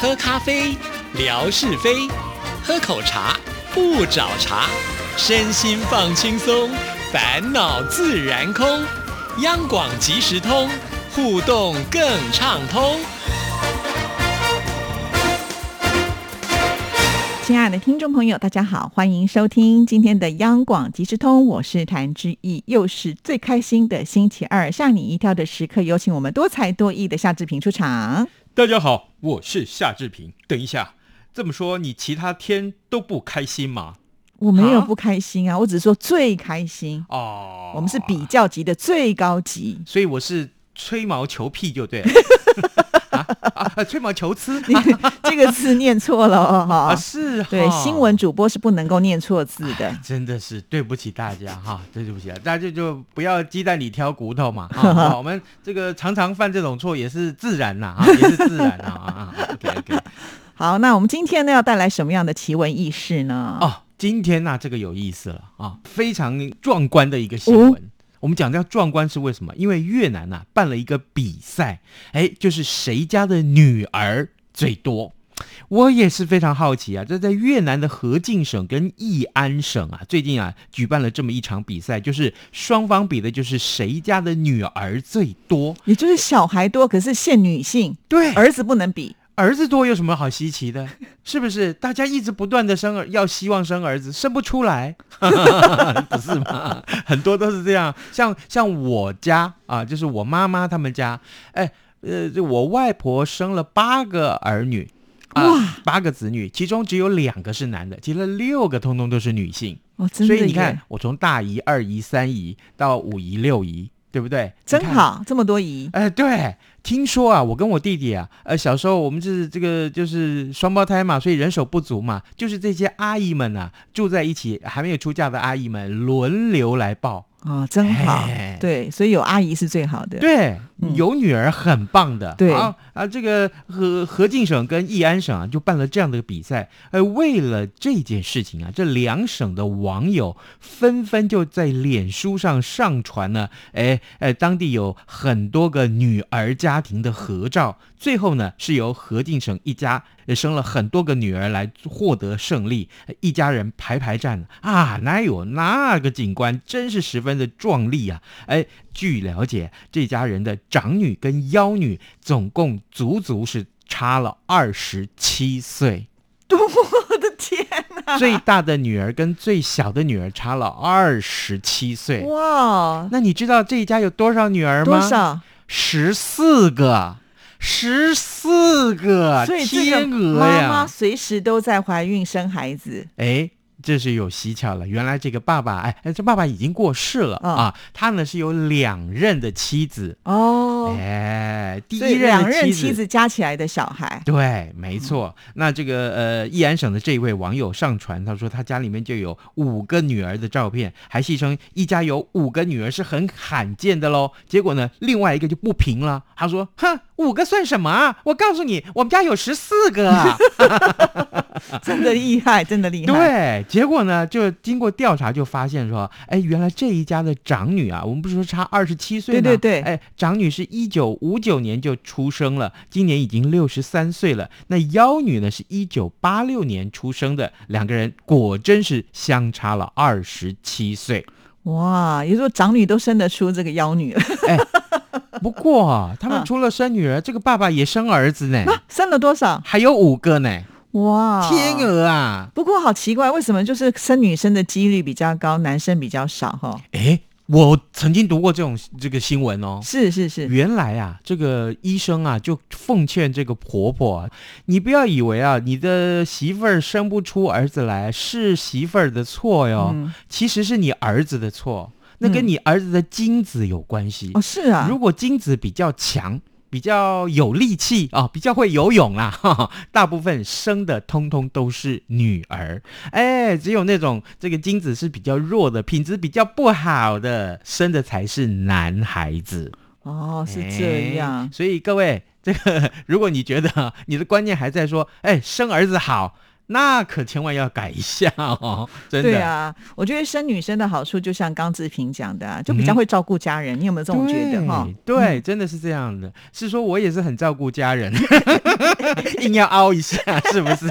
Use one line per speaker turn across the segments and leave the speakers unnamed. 喝咖啡，聊是非；喝口茶，不找茬。身心放轻松，烦恼自然空。央广即时通，互动更畅通。
亲爱的听众朋友，大家好，欢迎收听今天的央广即时通，我是谭志毅，又是最开心的星期二，吓你一跳的时刻，有请我们多才多艺的夏志平出场。
大家好，我是夏志平。等一下，这么说你其他天都不开心吗？
我没有
啊
不开心啊，我只是说最开心。
哦，
我们是比，较级的最高级，
所以我是吹毛求疵就 对了。啊啊啊！吹毛求疵
你这个字念错了哦，
啊，
哈。
是哈
对，新闻主播是不能够念错字的。
真的是对不起大家哈，对不起啊，大家就不要鸡蛋里挑骨头嘛。 啊啊我们这个常常犯这种错也是自然呐、啊，也是自然呐啊。啊 OK OK。
好，那我们今天呢要带来什么样的奇闻异事呢？
哦，今天呐、这个有意思了啊，非常壮观的一个新闻。我们讲到壮观是为什么？因为越南呐、办了一个比赛，哎，就是谁家的女儿最多。我也是非常好奇啊，这在越南的河静省跟义安省啊，最近啊举办了这么一场比赛，就是双方比的就是谁家的女儿最多。
也就是小孩多，可是限女性，
对，
儿子不能比。
儿子多有什么好稀奇的？是不是？大家一直不断的生儿，要希望生儿子，生不出来， 不是吗？很多都是这样。像像我家啊，就是我妈妈他们家，哎，呃，就我外婆生了八个儿女，啊、
哇
八个子女，其中只有两个是男的，其他六个通通都是女性。
哦，真的
所以
耶，
你看，我从大姨、二姨、三姨到五姨、六姨，对不对？
真
你看
好，这么多姨，
哎，对，听说啊，我跟我弟弟啊，呃，小时候我们是这个就是双胞胎嘛，所以人手不足嘛，就是这些阿姨们啊，住在一起还没有出嫁的阿姨们轮流来抱。
哦，真好
哎，
对，所以有阿姨是最好的。
对，
嗯
有女儿很棒的。
对
啊啊，这个河河静省跟义安省啊，就办了这样的比赛。呃，为了这件事情啊，这两省的网友纷纷就在脸书上上传呢，哎哎，当地有很多个女儿家庭的合照。最后呢，是由河静省一家呃生了很多个女儿来获得胜利，呃一家人排排站啊，哪有那个景观，真是十分的壮丽啊！哎，据了解，这家人的长女跟幺女总共足足是差了二十七 岁，
我的天哪！
最大的女儿跟最小的女儿差了二十七岁。
哇，
那你知道这一家有多少女儿吗？
多？少？
十四个，十四个，
所以这个
啊天鹅
妈
呀！
妈随时都在怀孕生孩子，
哎，这是有蹊跷了。原来这个爸爸，哎哎，这爸爸已经过世了、
嗯
啊。他呢是有两任的妻子，
哦，
哎，第
所以
一任
两
的
任
妻
妻子加起来的小孩，
对，没错。那这个呃，义安省的这位网友上传，他说他家里面就有五个女儿的照片，还戏称一家有五个女儿是很罕见的喽。结果呢，另外一个就不平了，他说：“哼，五个算什么啊？我告诉你，我们家有十四个啊。”
真的厉害，真的厉害。
对，结果呢，就经过调查就发现说，哎，原来这一家的长女啊，我们不是说差二十七岁吗？
对对对
哎，长女是一九五九年就出生了，今年已经六十三岁了。那幺女呢，是一九八六年出生的，两个人果真是相差了二十七岁。
哇，也就是说长女都生得出这个幺女 了，
不过啊，他
嗯
们除了生女儿，这个爸爸也生儿子呢，
生了多少？
还有五个呢，
哇，
天！鹅啊！
不过好奇怪，为什么就是生女生的几率比较高，男生比较少？哈，
哎，我曾经读过这种这个新闻哦。
是是是，
原来啊，这个医生啊，就奉劝这个婆婆啊，你不要以为啊，你的媳妇儿生不出儿子来是媳妇儿的错哟，
嗯
其实是你儿子的错，那跟你儿子的精子有关系。
哦，是啊，
如果精子比较强。比较有力气啊、比较会游泳啦，哈哈， 大部分生的通通都是女儿，哎，只有那种这个精子是比较弱的，品质比较不好的，生的才是男孩子。
哦，是这样
哎。 所以各位，这个如果你觉得你的观念还在说，哎，生儿子好，那可千万要改一下哦，真的。
对啊，我觉得生女生的好处，就像刚志平讲的、啊，就比较
嗯
会照顾家人。你有没有这种觉得哈？嗯
对对，真的是这样的。是说我也是很照顾家 人，硬要凹一下，是不是？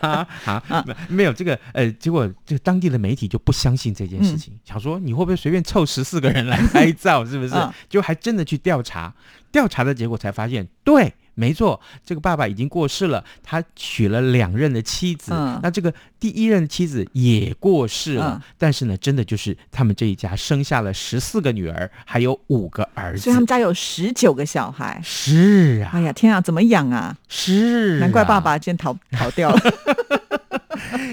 啊啊，没没有这个呃，结果这个当地的媒体就不相信这
嗯
件事情，想说你会不会随便凑十四个人来拍照，是不是
嗯？
就还真的去调查，调查的结果才发现，对。没错，这个爸爸已经过世了，他娶了两任的妻子，
嗯
那这个第一任妻子也过世了，
嗯
但是呢，真的就是他们这一家生下了十四个女儿，还有五个儿子。
所以他们家有十九个小孩。
是啊，
哎呀，天啊，怎么养啊？
是啊
难怪爸爸今天逃逃掉 了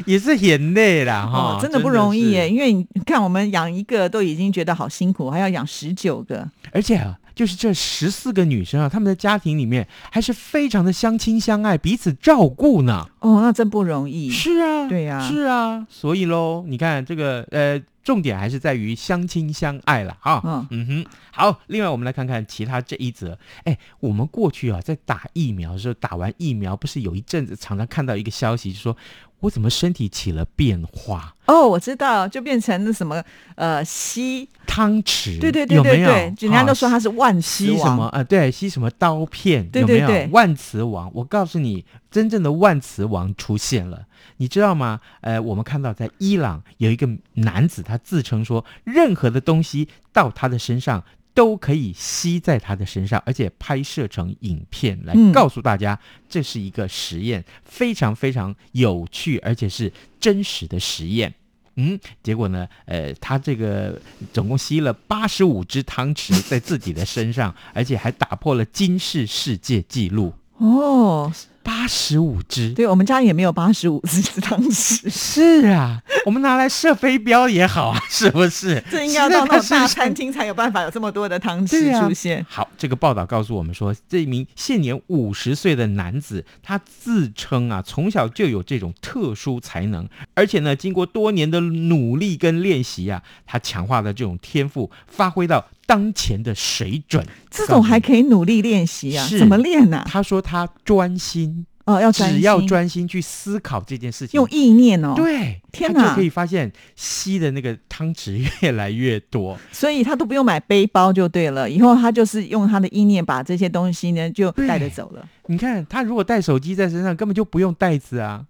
也是眼泪啦哈、
哦，真的不容易耶！
是。
因为你看，我们养一个都已经觉得好辛苦，还要养十九个，
而且啊，就是这十四个女生啊，她们的家庭里面还是非常的相亲相爱，彼此照顾呢。
哦，那真不容易。
是啊，
对呀
是啊，所以喽，你看这个呃，重点还是在于相亲相爱了啊。
嗯
哼，好，另外我们来看看其他这一则。哎，我们过去啊，在打疫苗的时候，打完疫苗不是有一阵子常常看到一个消息，说我怎么身体起了变化，
哦，我知道，就变成那什么呃吸，
汤匙，
对对对
有
对
没有？
对，人家都说
啊
他是万
吸
磁
什
王
么？啊？对，吸什么刀片？
对对
有没
对
有万磁王？我告诉你，真正的万磁王出现了，你知道吗？呃，我们看到在伊朗有一个男子，他自称说，任何的东西到他的身上。都可以吸在他的身上，而且拍摄成影片来
嗯
告诉大家，这是一个实验，非常非常有趣，而且是真实的实验。嗯，结果呢，呃，他这个总共吸了八十五只汤匙在自己的身上，而且还打破了金氏世界纪录，
哦，
八十五只。
对我们家也没有八十五只汤匙，
是啊，我们拿来射飞镖也好 啊，是不是？
这应该要到那种
实在
大
它是
餐厅才有办法有这么多的汤
对
匙
啊
出现。
好，这个报道告诉我们说，这名现年五十岁的男子，他自称啊，从小就有这种特殊才能，而且呢，经过多年的努力跟练习啊，他强化的这种天赋发挥到当前的水准。
这种还可以努力练习啊，
是
怎么练呢、
他说他专心，
哦，要专
只
心
要专心去思考这件事情，
用意念哦，，
对，
天
他
哪
就可以发现吸的那个汤匙越来越多。
所以他都不用买背包就对了，以后他就是用他的意念把这些东西呢就带着走了。
你看他如果带手机在身上，根本就不用袋子啊。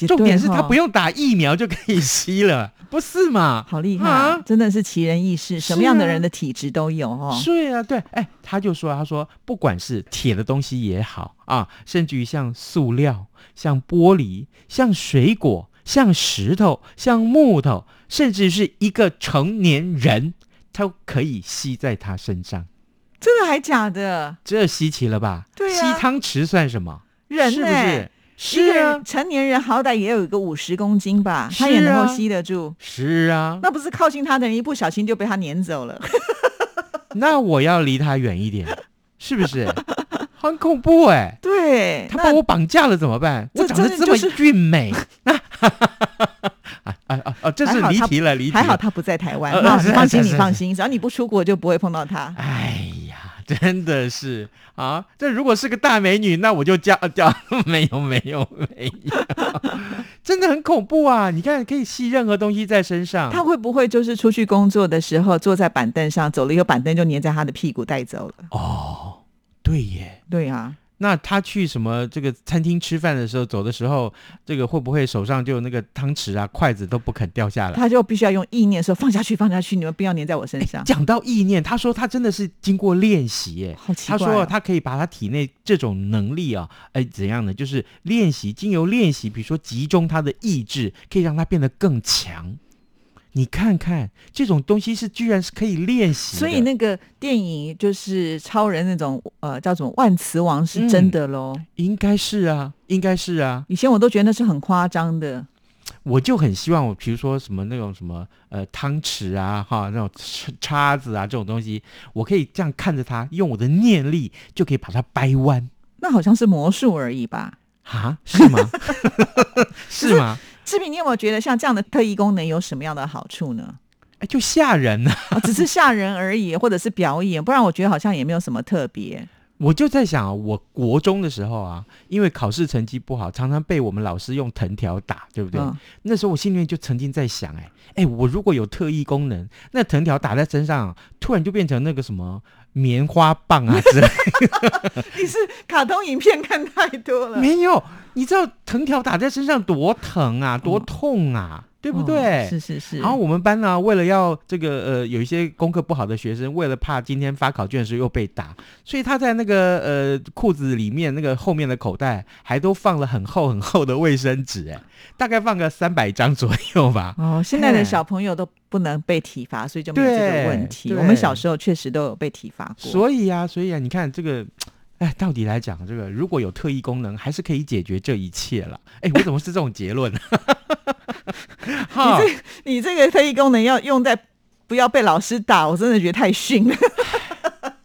也
重点是
对
他
哈
不用打疫苗就可 以吸了，不是嘛？
好厉害、
啊
真的是奇人异事，
是
什
啊
么样的人的体质都有哦。
是啊，对，哎，他就说，他说，不管是铁的东西也好啊，甚至于像塑料、像玻璃、像水果、像石头、像木头，甚至是一个成年人，他可以吸在他身上，
真的还假的？
这稀奇了吧？
对啊
吸汤匙算什么？
人
是
呢、
不是？
一个
是啊
人，成年人好歹也有一个五十公斤吧，他也
是
能
啊
够吸得住。
是啊，
那不是靠近他的人一不小心就被他撵走了，
那我要离他远一点，是不是？很恐怖哎、
对，
他
那
把我绑架了怎么办？
这
我长得
真的
这
就
么
是
俊 美，那啊啊啊啊！这
还
是
好
离
他
题了，离题了。
还好他不在台湾，
呃
那
是
你
是
放心，
是
你放心，只要你不出国就不会碰到他。
哎呀，真的是啊！这如果是个大美女，那我就叫 叫没有没有没有，真的很恐怖啊！你看，可以吸任何东西在身上。
他会不会就是出去工作的时候坐在板凳上，走了以后板凳就粘在他的屁股带走了？
哦，对耶。
对啊，
那他去什么这个餐厅吃饭的时候，走的时候，这个会不会手上就有那个汤匙啊、筷子都不肯掉下来？
他就必须要用意念说放下去，放下去，你们不要粘在我身上。
讲到意念，他说他真的是经过练习耶。
好奇怪
他
哦、
说他可以把他体内这种能力啊，哎，怎样呢？就是练习，经由练习，比如说集中他的意志，可以让他变得更强。你看看这种东西是居然是可以练习的，
所以那个电影就是超人那种呃叫什么万磁王是真
嗯
的喽。
应该是啊，应该是啊。
以前我都觉得那是很夸张的，
我就很希望我，比如说什么那种什么呃汤匙啊，哈那种叉叉子啊这种东西，我可以这样看着它，用我的念力就可以把它掰弯
那好像是魔术而已吧。
啊，是吗？ 是吗？
志平，你有没有觉得像这样的特异功能有什么样的好处呢？
哎，就吓人呐、
哦啊，只是吓人而已，或者是表演，不然我觉得好像也没有什么特别。
我就在想啊，我国中的时候啊，因为考试成绩不好，常常被我们老师用藤条打，对不对？
嗯
那时候我心里面就曾经在想、哎，哎，我如果有特异功能，那藤条打在身上，突然就变成那个什么棉花棒啊之类的。
你是卡通影片看太多了，
没有，你知道藤条打在身上多疼啊，多痛啊，对不对？
嗯哦是是是。
然后我们班呢、为了要这个呃，有一些功课不好的学生，为了怕今天发考卷的时候又被打，所以他在那个呃裤子里面那个后面的口袋还都放了很厚很厚的卫生纸，哎，大概放个三百张左右吧。
哦，现在的
嘿
小朋友都不能被体罚，所以就没有这个问题。
对对
我们小时候确实都有被体罚过。
所以啊，所以啊，你看这个。哎，到底来讲，这个如果有特异功能，还是可以解决这一切了。哎，我怎么是这种结论？ 哈，
你这个特异功能要用在不要被老师打，我真的觉得太逊了。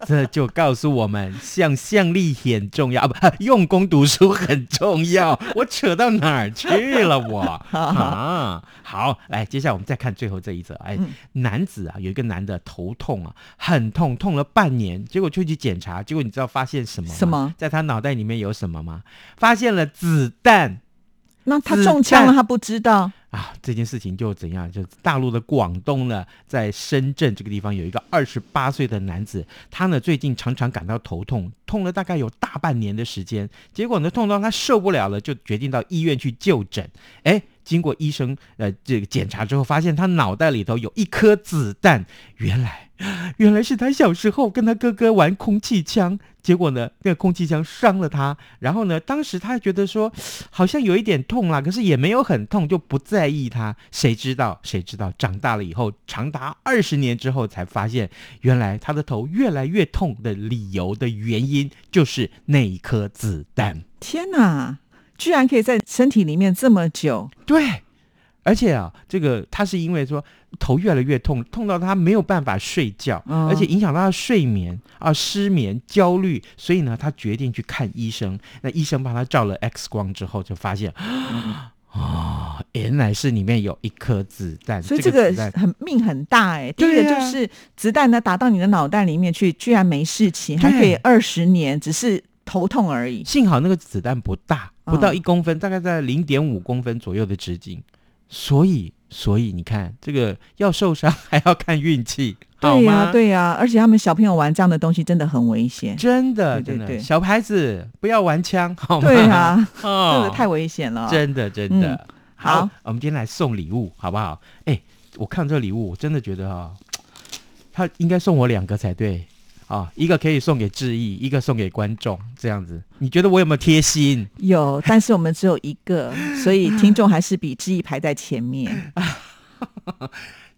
这就告诉我们，想象力很重要啊，不， 用功读书很重要。 我扯到哪儿去了我？啊，好，来，接下来我们再看最后这一则。
嗯
哎，男子啊，有一个男的头痛啊，很痛，痛了半年，结果就去检查，结果你知道发现什么吗？
什么？
在他脑袋里面有什么吗？发现了子弹。
那他
子
中枪了，
弹
他不知道。
啊，这件事情就怎样？就大陆的广东呢，在深圳这个地方有一个二十八岁的男子，他呢最近常常感到头痛，痛了大概有大半年的时间，结果呢痛到他受不了了，就决定到医院去就诊。哎，经过医生呃这个检查之后，发现他脑袋里头有一颗子弹，原来。原来是他小时候跟他哥哥玩空气枪，结果呢，那个空气枪伤了他。然后呢，当时他还觉得说，好像有一点痛啦，可是也没有很痛，就不在意它。谁知道？谁知道？长大了以后，长达二十年之后，才发现原来他的头越来越痛的理由的原因，就是那一颗子弹。
天哪，居然可以在身体里面这么久，
对。而且啊，这个他是因为说头越来越痛，痛到他没有办法睡觉，
嗯
而且影响到他睡眠啊、失眠、焦虑，所以呢，他决定去看医生。那医生帮他照了 X 光之后，就发现 啊、原来是里面有一颗子弹，
所以这
这
个
子弹
很命很大哎、第一个
对
就
啊
是子弹呢打到你的脑袋里面去，居然没事情，还
对
可以二十年，只是头痛而已。
幸好那个子弹不大，
嗯
不到一公分，大概在零点五公分左右的直径，所以所以你看，这个要受伤还要看运气，好
对呀、
吗？
对呀、而且他们小朋友玩这样的东西真的很危险。
真的，
对对
真的，
对
小孩子不要玩枪，好吗？
对 啊，这
哦
个太危险了。
真的，真的。
好
我们今天来送礼物，好不好？哎，我看这礼物，我真的觉得哈、他应该送我两个才对啊、一个可以送给志毅，一个送给观众，这样子，你觉得我有没有贴心？
有，但是我们只有一个，所以听众还是比志毅排在前面。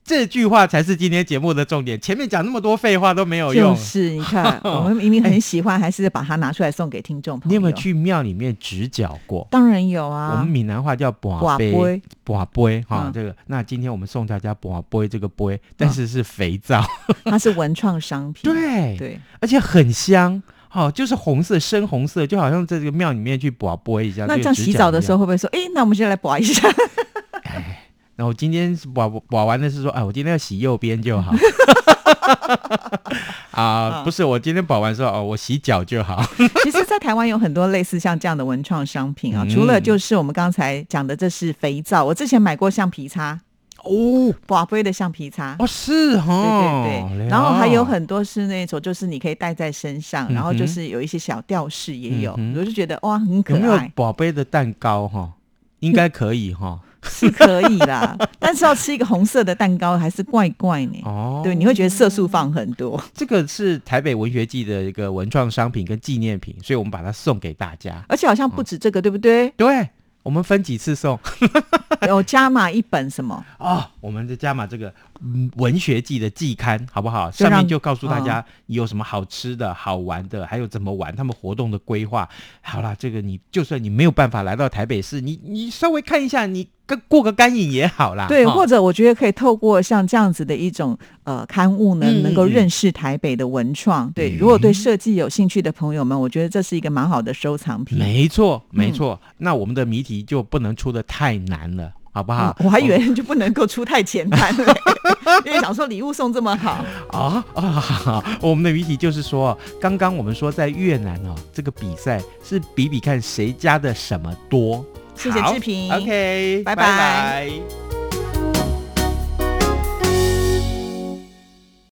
这句话才是今天节目的重点。前面讲那么多废话都没有用。
就是 你看，我们明明很喜欢，还是把它拿出来送给听众朋友。
你有没有？去庙里面指脚过？
当然有
我
啊
们。闽南话叫“
寡
寡
杯
杯”，寡杯哈
嗯，
这个。那今天我们送大家“寡杯”这个杯，但是是肥皂，
它是文创商品。
对，
对，
而且很香。哦，就是红色，深红色，就好像在这个庙里面去寡播一下。
那这样
个指
洗
甲
澡的
一样
时候，会不会说，哎，那我们先来拔一下？
然后今天是把把完的是说，哎，我今天要洗右边就好。 啊，
嗯
不是，我今天保完说，哦，我洗脚就好。
其实，在台湾有很多类似像这样的文创商品啊，
嗯
除了就是我们刚才讲的，这是肥皂，我之前买过橡皮擦，
哦，
宝贝的橡皮擦。
哦，是哦，
对对对，
了
然后还有很多是那种，就是你可以戴在身上，
嗯哼
然后就是有一些小吊饰也有，
嗯哼
我就觉得哇，很可
有没有
爱，
宝贝的蛋糕哈？应该可以哈。
是可以啦。 但是要吃一个红色的蛋糕还是怪怪呢，
哦，
对，你会觉得色素放很多。
这个是台北文学季的一个文创商品跟纪念品，所以我们把它送给大家。？
而且好像不止这个，对不对
对，我们分几次送
有加码一本什么？
哦？我们就加码这个嗯文学季的季刊，好不好？
就让嗯
上面就告诉大家有什么好吃的、好玩的，还有怎么玩，他们活动的规划。好啦，这个你就算你没有办法来到台北市，你你稍微看一下，你跟过个干瘾也好啦。
对，
哦
或者我觉得可以透过像这样子的一种呃刊物呢，
嗯嗯
能够认识台北的文创。对，
嗯
如果对设计有兴趣的朋友们，我觉得这是一个蛮好的收藏品。嗯
没错，没错。那我们的谜题就不能出的太难了。好不好？
嗯我还以为就不能够出太前单了， 因为想说礼物送这么 好，
啊啊好！我们的谜题就是说，刚刚我们说在越南哦，这个比赛是比比看谁家的什么多。
谢谢
好
志平
OK，
拜拜
拜